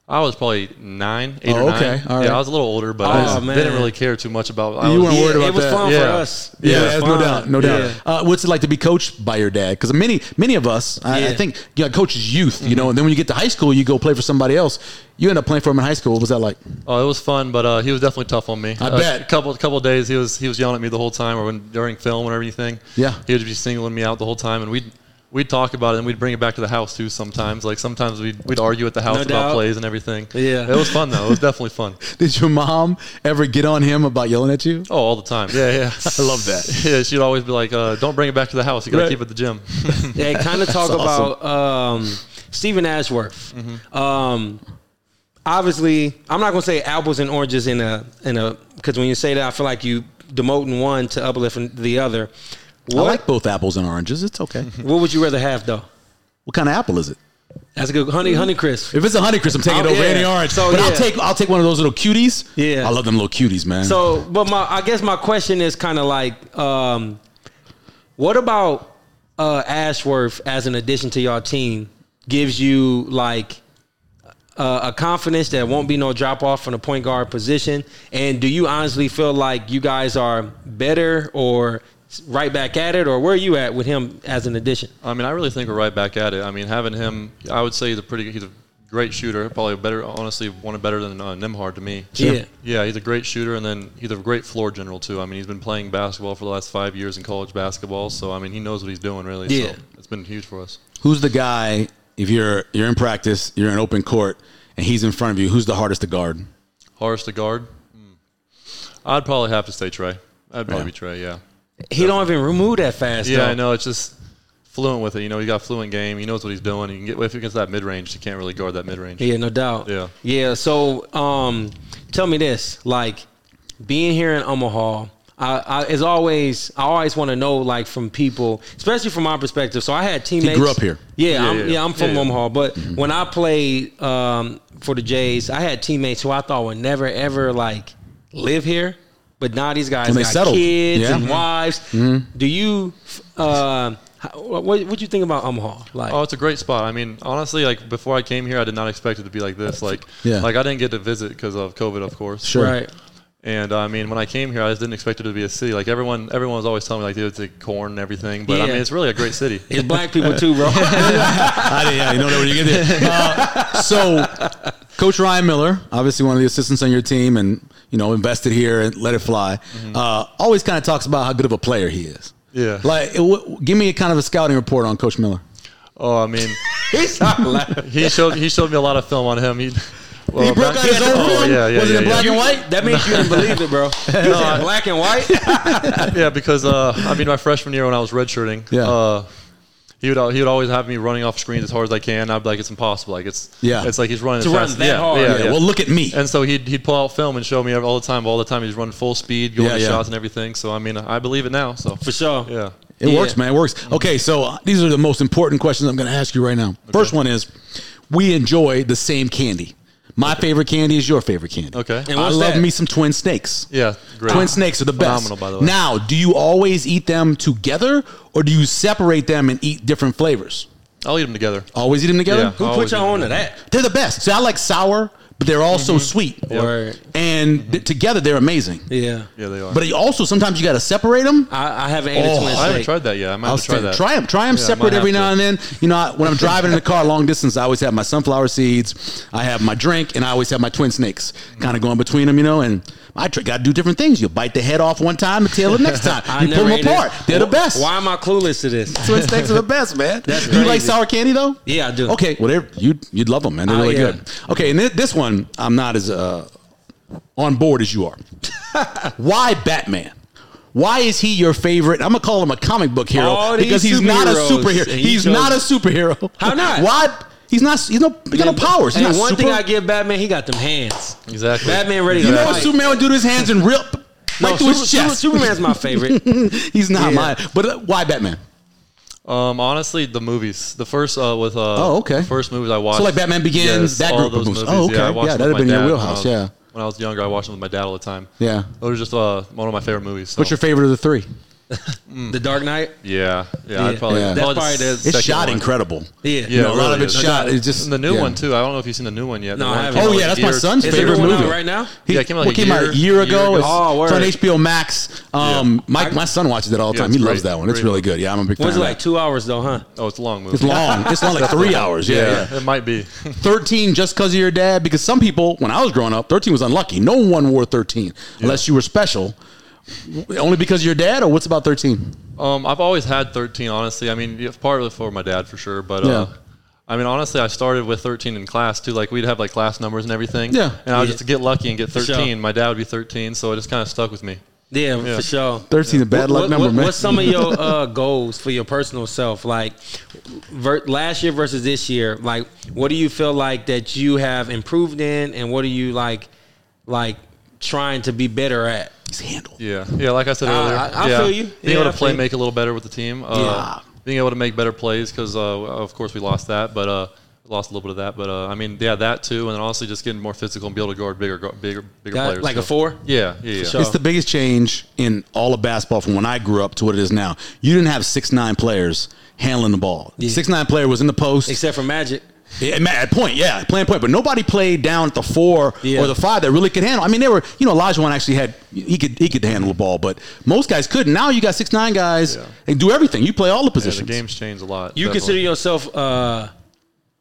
I was probably nine, eight Oh, or nine. okay. All right. Yeah, I was a little older, but I Oh, just man. didn't really care too much about. I You was- weren't Yeah, worried about it was that. fun for Yeah. us. It Yeah, was that's no fun. doubt, no doubt. Yeah. Uh, what's it like to be coached by your dad? Because many, many of us, I, I Yeah. Mm-hmm. think, you know, coaches youth, you know, and then when you get to high school, you go play for somebody else. You end up playing for him in high school. What was that like? <laughs> Oh, it was fun, but uh, he was definitely tough on me. I Uh, bet. A couple couple of days, he was he was yelling at me the whole time, or when during film or anything. Yeah. he would be singling me out the whole time, and we'd we'd talk about it, and we'd bring it back to the house too. Sometimes, like sometimes we'd we'd argue at the house No about doubt. plays and everything. Yeah. it was fun though. It was definitely fun. Did your mom ever get on him about yelling at you? Oh, all the time. Yeah, yeah. <laughs> I love that. Yeah, she'd always be like, uh, "Don't bring it back to the house. You gotta Right. keep it at the <laughs> gym." <laughs> They kind of talk about um, Stephen Ashworth. Mm-hmm. Um, obviously, I'm not gonna say apples and oranges in a in a because when you say that, I feel like you demoting one to uplifting the other. What Mm-hmm. I like both apples and oranges. It's okay. what would you rather have though? what kind of apple is it? That's a good Mm-hmm. honey honey crisp. If it's a honey crisp, I'm taking it Oh, over yeah. any orange. So, but I'll yeah. take I'll take one of those little cuties. Yeah. I love them little cuties, man. So, but my I guess my question is kind of like, um, what about uh, Ashworth as an addition to your team gives you like uh, a confidence that won't be no drop off from the point guard position? And do you honestly feel like you guys are better or right back at it, or where are you at with him as an addition? I mean, I really think we're right back at it. I mean, having him, I would say he's a pretty, he's a great shooter. Probably a better, honestly, one better than uh, Nimhard to me. Yeah. Yeah, he's a great shooter, and then he's a great floor general too. I mean, he's been playing basketball for the last five years in college basketball, so I mean, he knows what he's doing really. Yeah. So it's been huge for us. Who's the guy? If you're you're in practice, you're in open court, and he's in front of you. Who's the hardest to guard? Horace the guard. Hmm. I'd probably have to stay Trey. I'd probably Yeah. be Trey. Yeah. He don't even remove that fast. Yeah, though. I know. It's just fluent with it. You know, he got fluent game. He knows what he's doing. He can get if he gets that mid range. He can't really guard that mid range. Yeah, no doubt. Yeah. Yeah. So, um, tell me this: like being here in Omaha, I, I as always, I always want to know, like, from people, especially from my perspective. So I had teammates. grew up here. Yeah, Yeah, I'm, yeah. yeah, I'm from Yeah, yeah. Omaha, but when I played um, for the Jays, I had teammates who I thought would never ever like live here, but now these guys When they got settled. kids Yeah. and Mhm. wives. Do you? Uh, how- what what you think about Omaha? Like, Oh, it's a great spot. I mean, honestly, like before I came here, I did not expect it to be like this. Like, Yeah. like I didn't get to visit because of COVID, of course. Sure. right? And I mean, when I came here, I just didn't expect it to be a city. Like everyone, everyone was always telling me like dude, it's like corn and everything. But I Yeah. mean, it's really a great <laughs> city. It's black people too, bro. <laughs> I didn't, yeah, you don't know where you get it. <laughs> Uh, so, Coach Ryan Miller, obviously one of the assistants on your team, and you know invested here and let it fly. Uh, always kind of talks about how good of a player he is. Yeah. Like, it, w- give me a kind of a scouting report on Coach Miller. Oh, I mean, He's not <laughs> laughing. he showed he showed me a lot of film on him. He, well, He broke back- out his own Oh, film? Yeah, yeah, Was it yeah, in yeah. black black and white? That means you didn't believe <laughs> it, bro. You said black and white? yeah, because uh, I mean, my freshman year when I was redshirting, Yeah. uh, he would al- he would always have me running off screens as hard as I can. I'd be like, it's impossible. Like it's Yeah. it's like he's running To as run fast. that yeah, hard. Yeah, Yeah, yeah. Well, look at me. and so he'd he'd pull out film and show me all the time. All the time he's running full speed, going Yeah, to yeah. shots and everything. So I mean, I believe it now. So For sure. yeah, It Yeah. works, man. It works. Okay, so uh, these are the most important questions I'm going to ask you right now. First one is, we enjoy the same candy. My favorite candy is your favorite candy. Okay. And I what's love that? me some twin snakes. yeah, great. Twin snakes are the best. Phenomenal, by the way. Now, do you always eat them together, or do you separate them and eat different flavors? I'll eat them together. Always eat them together. Yeah. Who put Always y'all do on to that? They're the best. See, I like sour, but they're also sweet. Word. And th- together, they're amazing. Yeah. Yeah, Mm-hmm. they are. But you also sometimes you got to separate them. I, I haven't ate a Oh, twin I haven't steak. tried that yet. I might I'll have to try try, that. try them. Try them Yeah, I separate might every have now to. and then. You know, I, when I'm driving in the car long distance, I always have my sunflower seeds. I have my drink, and I always have my twin snakes, kind of going between them. You know, and I tr- got to do different things. You bite the head off one time, the tail the <laughs> next time. I you pull never them ate it. apart. They're the Wh- best. Why am I clueless to this? Twin snakes are the best, man. That's do you like crazy. sour candy though? Yeah, I do. Okay, whatever. You you'd love them, man. They're Oh, really yeah. good. Okay, and th- this one I'm not as uh, on board as <laughs> you are. Why Batman? Why is he your favorite? I'm gonna call him a comic book hero All Oh, these because he's not a superheroes, superhero. and he He's chose- not a superhero. How not? Why? He's not. He's no. He got no powers. He's Hey, not one super. thing I give Batman, he got them hands. Exactly. Batman ready to you know what fight. Superman would do to his hands and rip No, right through his Super- chest. Super- Superman's <laughs> my favorite. he's not Yeah. mine. But uh, why Batman? Um, honestly, the movies, the first uh, with uh, Oh, okay. the first movies I watched. So, like, Batman Begins, that all group of those movies. Oh, okay. I watched Yeah, them that'd with have my been your dad wheelhouse, When I yeah. was, when I was younger, I watched them with my dad all the time. Yeah. those were just uh, one of my favorite movies. Oh. so- What's your favorite of the three? the Dark Knight. Yeah, yeah, I'd Yeah. probably. Yeah. That's probably the probably the- second it's shot one. incredible. Yeah. Yeah, You know, a lot of really. it's shot. It's just And the new yeah. one too. I don't know if you've seen the new one yet. No, The one I that haven't. came Oh yeah, out like that's a my year- son's Is it favorite the one movie. out right now? He, Yeah, it came out like what a came out year- a year year ago. ago. It's, Oh, it's on word. HBO Max. Um, my, my son watches it all the Yeah, time. it's he great. loves that one. It's Great really good. Yeah, I'm a big fan. Was of like that. two hours though, huh? Oh, it's a long movie. It's long. It's long, like three hours. Yeah. <laughs> Yeah, it might be. <laughs> Thirteen, just because of your dad. Because some people, when I was growing up, thirteen was unlucky. No one wore thirteen unless you were special. Only because of your dad, or what's about thirteen? Um, I've always had 13. Honestly, I mean, yeah, partly for my dad for sure, but uh, Yeah. I mean, honestly, I started with 13 in class too. Like we'd have like class numbers and everything. Yeah. and I would Yeah. just get lucky and get sure. 13. My dad would be 13, so it just kind of stuck with me. Yeah, Yeah. for sure. Thirteen, is a bad luck what, number, what- man. What's some <laughs> of your uh, goals for your personal self? Like ver- last year versus this year, like what do you feel like that you have improved in, and what are you like, like trying to be better at? He's handled. Yeah, yeah. Like I said Uh, earlier, I- I yeah. feel you. Being Yeah, able I to play feel you. make a little better with the team. Uh, Yeah. Being able to make better plays because, uh, of course, we lost that, but uh, lost a little bit of that. But uh, I mean, yeah, that too, and then honestly, just getting more physical and be able to guard bigger, guard- bigger, bigger Got- players. like a so. four? Yeah, yeah, yeah. sure. It's the biggest change in all of basketball from when I grew up to what it is now. You didn't have six nine players handling the ball. Six nine player was in the post. Except for Magic, Yeah, ma- at point, yeah, playing point, but nobody played down at the four Yeah. or the five that really could handle. I mean, they were, you know, Elijah one actually had he could he could handle the ball, but most guys couldn't. Now you got six nine guys Yeah. and do everything. You play all the Yeah, the positions. game's changed a lot. you definitely. consider yourself uh,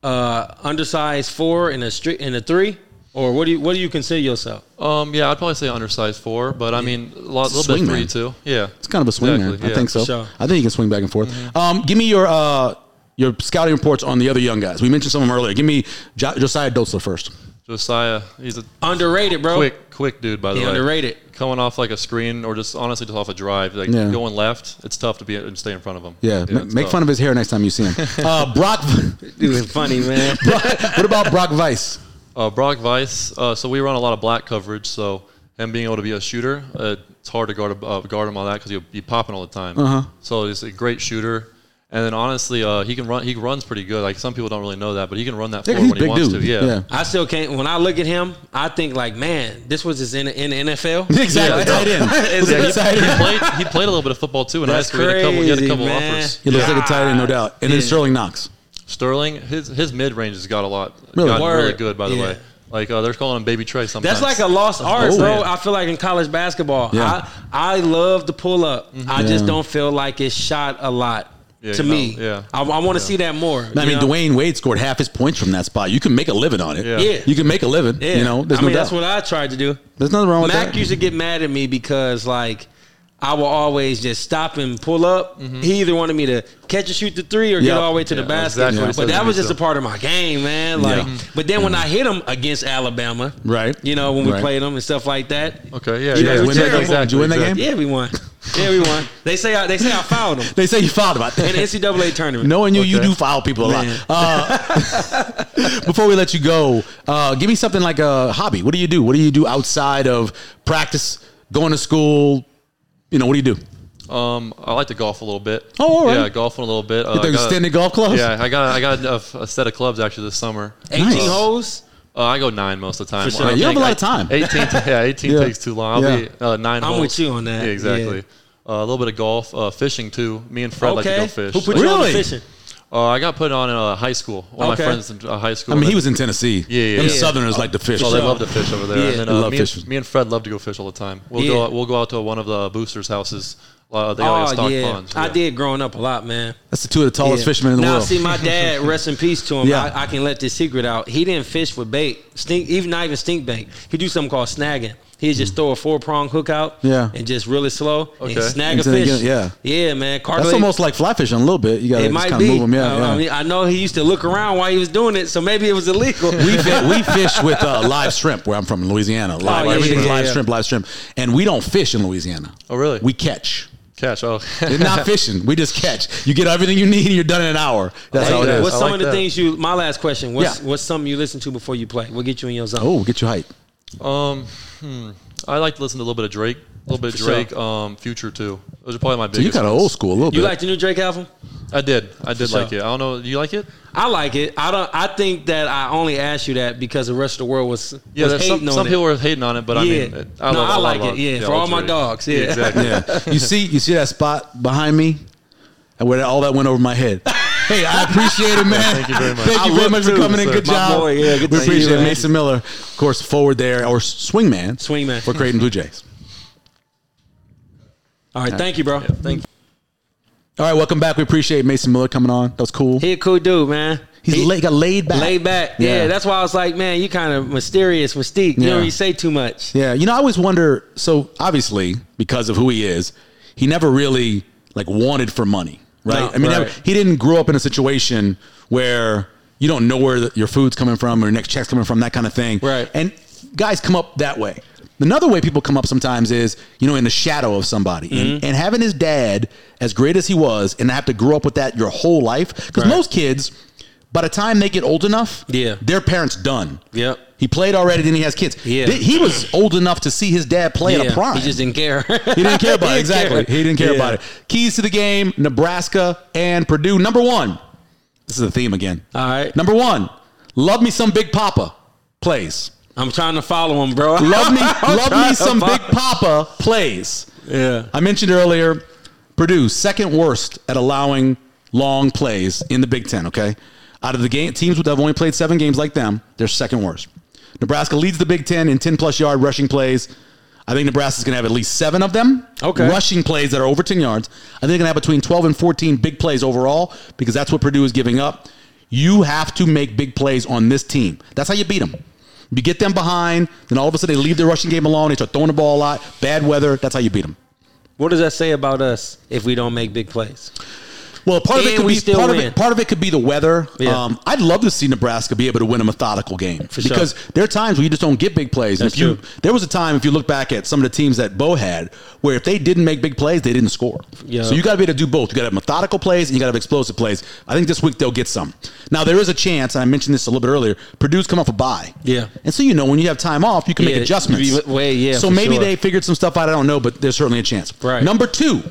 uh, undersized four and a street and a three? Or what do you what do you consider yourself? Um, yeah, I'd probably say undersized four, but I mean, a lot, little bit Swingman. three too. Yeah, It's kind of a swing man. I Exactly, yeah. Mm-hmm. think so. Sure. I think he can swing back and forth. Um, give me your uh, your scouting reports on the other young guys. We mentioned some of them earlier. Give me jo- Josiah Dotsler first. Josiah, he's a Underrated, bro. quick, quick dude. By the He way, underrated. Coming off like a screen, or just honestly just off a drive, like Yeah. going left. It's tough to be and stay in front of him. Yeah, ma- it's make tough. fun of his hair next time you see him. Uh, Brock, <laughs> Dude, it's funny, man. <laughs> what about Brock Weiss? Uh, Brock Weiss. Uh, so we run a lot of black coverage. So him being able to be a shooter, uh, it's hard to guard uh, guard him on that because he'll be popping all the time. Uh-huh. So he's a great shooter. And then honestly, uh, he can run. He runs pretty good. Like some people don't really know that, but he can run that Yeah, floor he's when he big wants dude. to. Yeah. Yeah. <laughs> I still can't. When I look at him, I think like, man, this was his in, in the NFL. <laughs> Exactly, Yeah. tight <laughs> end. Looks Yeah, like a tight he, he end. played. He played a little bit of football too in That's high school. He had a couple, he had a crazy, couple man. offers. He looks like a tight end, no doubt. And then Sterling Knox. Sterling, his his mid range has got a lot. Really? gotten really Word. good, by the Yeah. way. Like uh, they're calling him Baby Trey sometimes. That's like a lost art, Oh. bro. I feel like in college basketball, Yeah. Mm-hmm. I I love the pull up. I just Yeah. don't feel like it's shot a lot Yeah, to you me. know, yeah. I, want to see that more. I you mean, know? Dwayne Wade scored half his points from that spot. You can make a living on it. Yeah. Yeah. You can make a living. Yeah. You know, there's I no mean, doubt. that's what I tried to do. there's nothing wrong with Mac that. used to get mad at me because like I will always just stop and pull up. He either wanted me to catch and shoot the three or Mm-hmm. Yep. get all the way to the Yeah, basket. exactly what he But said that to was me, just so. a part of my game, man. Like, Yeah. Mm-hmm. but then when I hit him against Alabama, Right. You know, when we Right. played them and stuff like that. okay, yeah, You yeah, guys win that game? Did you win that game? Yeah, we won. Yeah, we won. They say I, they say I fouled him They say you fouled about that. in the NCAA tournament. Knowing you, you Okay. do foul people a Man. lot. Uh, <laughs> before we let you go, uh, give me something like a hobby. What do you do? What do you do outside of practice, going to school? You know, what do you do? Um, I like to golf a little bit. Oh, all right. Yeah, golfing a little bit. Uh, Get the I got- extended golf clubs? Yeah, I got I got a, f- a set of clubs actually this summer. 18 Nice. holes. Uh, I go nine most of the time. For sure. I You have a think lot I- of time. 18, t- yeah, 18 Yeah. takes too long. I'll Yeah. be uh, nine. I'm holes. with you on that. Yeah, exactly. Yeah. Uh, a little bit of golf, uh, fishing too. Me and Fred like to okay. go fish. Who put Like, you on the Really? fishing? uh, I got put on in uh, high school. One Okay. of my friends in uh, high school. I mean, he that- was in Tennessee. Yeah, yeah, Them yeah. Southerners like to fish. Oh, they So- love to fish over there. Yeah. and then, They uh, love me, and- fishing. me and Fred love to go fish all the time. We'll Yeah. go. We'll go out to one of the boosters' houses. Uh, they always Oh stock yeah. ponds. I Yeah. did growing up a lot, man. That's the two of the tallest Yeah. fishermen in the now, world. see, my dad, <laughs> rest in peace to him. Yeah. I, I can let this secret out. He didn't fish for bait, stink, even not even stink bait. He do something called snagging. He just throw a four prong hook out, Hmm. Yeah. and just really slow Okay. and snag a Until they get- fish. yeah. yeah, man. That's Cartilage- almost like fly fishing a little bit. You got to It just might kind of be. move them. Yeah, I, yeah. <laughs> I mean, I know he used to look around while he was doing it, so maybe it was illegal. we, <laughs> fi- we fish with uh, live shrimp where I'm from in Louisiana. Live, Oh, yeah, everything's yeah, yeah, live yeah. shrimp, live shrimp. And we don't fish in Louisiana. Oh, really? We catch. catch. Oh, <laughs> It's not fishing. We just catch. You get everything you need and you're done in an hour. That's I how like it that. is. what's I some like of the that. things you? My last question. What's Yeah. what's something you listen to before you play? We'll get you in your zone. Oh, get you hype. Um, hmm. I like to listen to a little bit of Drake, a little bit of For sure. Drake, um, Future too. Those are probably my biggest. So you kind of ones. old school a little you bit. like the new Drake album? I did, I did For like sure. it. I don't know. Do you like it? I like it. I don't. I think that I only asked you that because the rest of the world was Yeah, was there's hating some, on some it. people were hating on it, but I Yeah. mean, No, love- I like love- it, yeah, for all my Drake. dogs, <laughs> yeah. exactly. <laughs> yeah. You see, you see that spot behind me, and where that, all that went over my <laughs> head. Hey, I appreciate it, man. Thank you very much. Thank you I very look much for too, coming in. sir. Good My job. boy, yeah, good we to see you, appreciate it. man. Mason Miller, of course, forward there or swingman. Swingman. for Creighton Blue Jays. All right, thank you, bro. Thank you. All right, welcome back. We appreciate Mason Miller coming on. That was cool. He a cool dude, man. He's He- la- got laid back. laid back. Yeah. that's why I was like, man, you kind of mysterious, mystique. You Yeah. don't really say too much. Yeah, you know, I always wonder. So obviously, because of who he is, he never really like wanted for money, right? No, I mean, right. never- he didn't grow up in a situation where you don't know where the- your food's coming from or your next check's coming from, that kind of thing. Right. And guys come up that way. Another way people come up sometimes is, you know, in the shadow of somebody. Mm-hmm. And, and having his dad, as great as he was, and have to grow up with that your whole life. Because Right. most kids, by the time they get old enough, Yeah. their parents done. Yep. He played already, then he has kids. Yeah. Th- He was old enough to see his dad play at a prime. he just didn't care. He didn't <laughs> care about it. He didn't Exactly. care. He didn't care Yeah. about it. Keys to the game, Nebraska and Purdue. Number one. This is the theme again. All right. Number one. Love me some Big Papa plays. I'm trying to follow him, <laughs> bro. Love me, love me trying to some follow- Big Papa plays. Yeah. I mentioned earlier, Purdue second worst at allowing long plays in the Big Ten. Okay, out of the game, teams that have only played seven games like them, they're second worst. Nebraska leads the Big Ten in ten plus yard rushing plays. I think Nebraska's going to have at least seven of them. Okay. Rushing plays that are over 10 yards. I think they're going to have between 12 and 14 big plays overall because that's what Purdue is giving up. You have to make big plays on this team. That's how you beat them. You get them behind, then all of a sudden they leave their rushing game alone. They start throwing the ball a lot. Bad weather. That's how you beat them. What does that say about us if we don't make big plays? Well, part of it And could we be still part of win. it. Part of it could be the weather. Yeah. Um, I'd love to see Nebraska be able to win a methodical game For sure. because there are times where you just don't get big plays. And That's if you, true. there was a time if you look back at some of the teams that Bo had, where if they didn't make big plays, they didn't score. Yeah. So you got to be able to do both. You got to have methodical plays and you got to have explosive plays. I think this week they'll get some. Now there is a chance, and I mentioned this a little bit earlier. Purdue's come off a bye. Yeah. and so you know when you have time off, you can Yeah, make adjustments. you- way- yeah, So for maybe sure. they figured some stuff out. I don't know, but there's certainly a chance. Right. Number two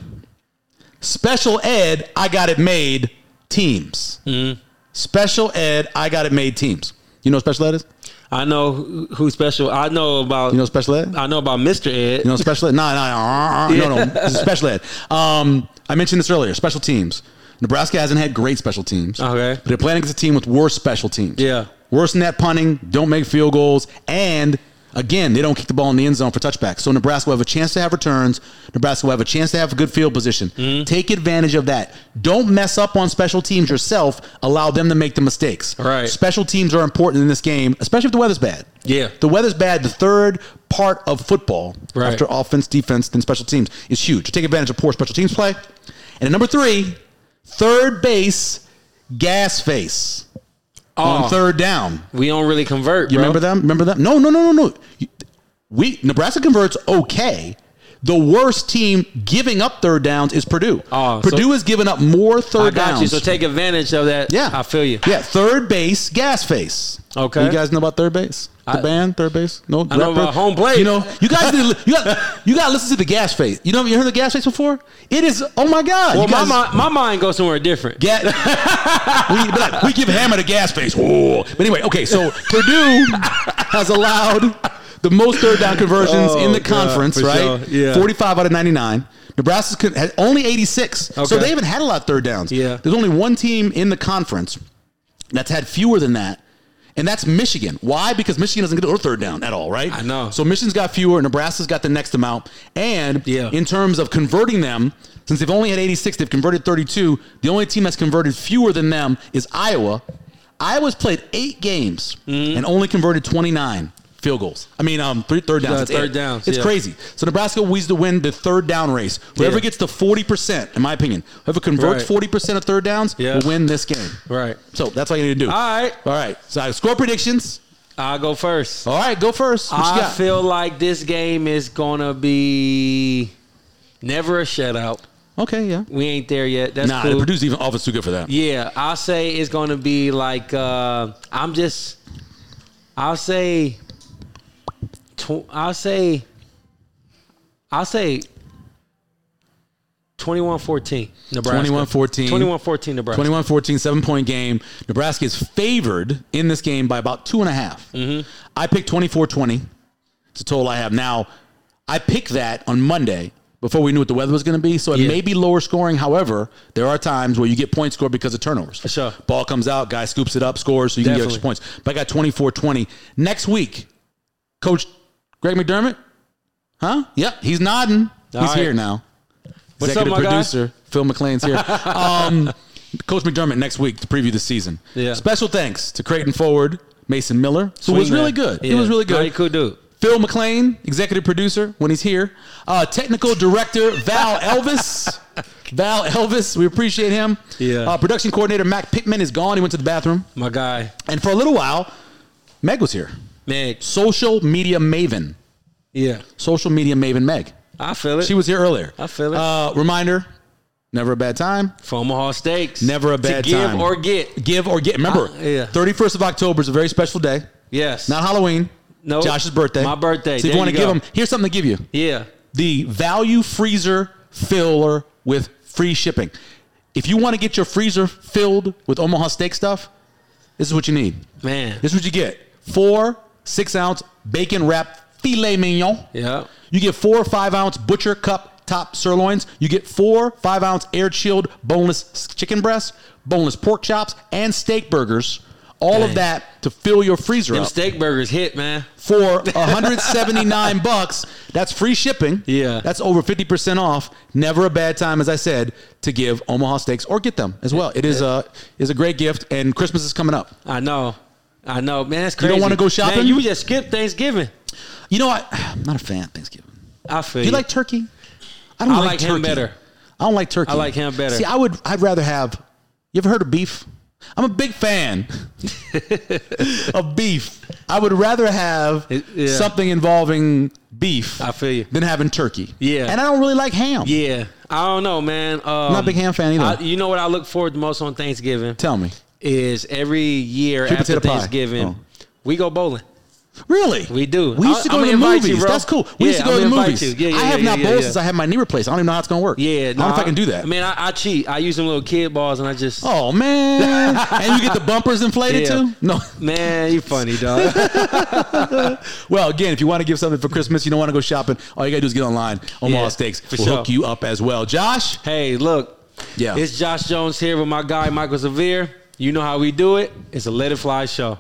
special ed i got it made teams Mm-hmm. special ed i got it made teams you know what special ed is I know who who's special. I know about you know what special ed I know about Mr. Ed. you know what special ed uh, no no no no, no, no. This is special ed um, i mentioned this earlier special teams nebraska hasn't had great special teams Okay. but they're playing against a team with worse special teams Yeah. worse than that punting don't make field goals and Again, they don't kick the ball in the end zone for touchbacks. So Nebraska will have a chance to have returns. Nebraska will have a chance to have a good field position. Mm-hmm. Take advantage of that. Don't mess up on special teams yourself. Allow them to make the mistakes. Right. Special teams are important in this game, especially if the weather's bad. Yeah. The weather's bad. The third part of football Right. after offense, defense, then special teams is huge. Take advantage of poor special teams play. And at number three, third base, gas face on third down. We don't really convert. You Ah. bro. remember them? Remember them? No, no, no, no, no. You- We Nebraska converts okay. The worst team giving up third downs is Purdue. Oh, so- Purdue has given up more third I got downs. you. So take advantage of that. yeah, I feel you. Yeah, third base, gas face. Okay. you guys know about third base? The I- band, third base. No, I know about home plate. You know, you guys, need, to- you got, you got to listen to the gas face. You know, you heard the gas face before? It is. Oh my God! Well, you guys, my, mi- my mind goes somewhere different. Ga- we, but like, we give Hammer the gas face. Whoa. But anyway, okay, so <laughs> Purdue has allowed the most third down conversions in the Oh, God, conference, for sure. right? Yeah. 45 out of 99. Nebraska's con- had only 86. So Okay. they haven't had a lot of third downs. Yeah. There's only one team in the conference that's had fewer than that. And that's Michigan. Why? Because Michigan doesn't get a third down at all, right? I know. So Michigan's got fewer. Nebraska's got the next amount. And Yeah. in terms of converting them, since they've only had 86, they've converted 32. The only team that's converted fewer than them is Iowa. Iowa's played eight games Mm-hmm. and only converted 29 field goals. I mean, um, three, third downs. Yeah, That's third it. downs, It's yeah. crazy. So Nebraska wins to win the third down race. Whoever Yeah. gets to 40%, in my opinion, whoever converts Right. 40% of third downs Yeah. will win this game. Right. So that's all you need to do. All right. All right. So I have score predictions. I'll go first. All right, go first. Oh, What you I got? feel like this game is gonna be never a shutout. okay, yeah. We ain't there yet. That's Nah, cool. the Purdue's even offense too good for that. Yeah, I'll say it's gonna be like uh I'm just I'll say tw- I'll say I'll say 21-14 Nebraska. 21-14. 21-14 Nebraska. 21 14, seven point game. Nebraska is favored in this game by about two and a half. Mm-hmm. I picked 24 20. It's a total I have. Now, I picked that on Monday before we knew what the weather was going to be. So it Yeah. may be lower scoring. However, there are times where you get points scored because of turnovers. For sure. Ball comes out, guy scoops it up, scores, so you can get extra Definitely. points. But I got 24 20. Next week, Coach Greg McDermott, huh? Yep, he's nodding. All he's right. here now. What's up, Executive my guy? producer Phil McLean's <laughs> here. um, Coach McDermott next week to preview the season. Yeah. Special thanks to Creighton forward Mason Miller, who Swing was really that. good. He Yeah. was really No, he good. could do. Phil McLean, executive producer, when he's here. Uh, technical director Val <laughs> Elvis. Val Elvis, we appreciate him. Yeah. Uh, production coordinator Mac Pittman is gone. He went to the bathroom, My guy, and for a little while, Meg was here. Meg. Social media maven. Yeah. Social media maven Meg. I feel it. She was here earlier. I feel it. Uh, reminder: never a bad time. For Omaha Steaks. Never a bad to give time. or get. Give or get. Remember, Uh, yeah. 31st of October is a very special day. Yes. Not Halloween. Nope. Josh's birthday. My birthday. So if There you want to you give go. him, here's something to give you yeah. the value freezer filler with free shipping. If you want to get your freezer filled with Omaha steak stuff, this is what you need. Man. This is what you get four six ounce bacon wrapped filet mignon. Yeah. You get four or five ounce butcher cup top sirloins. You get four five ounce air chilled boneless s- chicken breasts, boneless pork chops, and steak burgers, all of that to fill your freezer Them up steak burgers hit, man. for 179 <laughs> bucks. That's free shipping. Yeah. That's over 50% off. Never a bad time, as I said, to give Omaha steaks or get them as well. It is a is a great gift, and Christmas is coming up. I know. I know, man. That's You crazy. don't wanna go Man, shopping? you just skip Thanksgiving. You know, I, <sighs> I'm not a fan of Thanksgiving. I feel Do you like turkey? I don't I like him better. I don't like turkey. I like him better. See, I would. I'd rather have. You ever heard of beef? I'm a big <laughs> fan of beef. I would rather have It- yeah. something involving beef. I feel you. Than having turkey. Yeah. And I don't really like ham. Yeah, I don't know, man. Um, not a big ham fan either. I, you know what I look forward to most on Thanksgiving Tell me. is every year Sweet after potato pie. Thanksgiving Oh. we go bowling. Really? We do. We used to I- go I'ma to the invite movies. you, bro. That's cool. We used to Yeah, go to I'ma the invite movies. you. Yeah, I yeah, have yeah, not yeah, bowled yeah. since I had my knee replaced. I don't even know how it's going to work. I Yeah, don't know if I can do <laughs> that. I mean, I, I cheat. I use them little kid balls, and I just oh man! and you get the bumpers inflated Yeah. too? No. man, you funny <laughs> dog. Well, again, if you want to give something for Christmas, you don't want to go shopping. All you gotta do is get online. Omaha Yeah, Steaks for will sure. hook you up as well. Josh, hey, look, Yeah. it's Josh Jones here with my guy Michael Severe. You know how we do it. It's a Let It Fly show.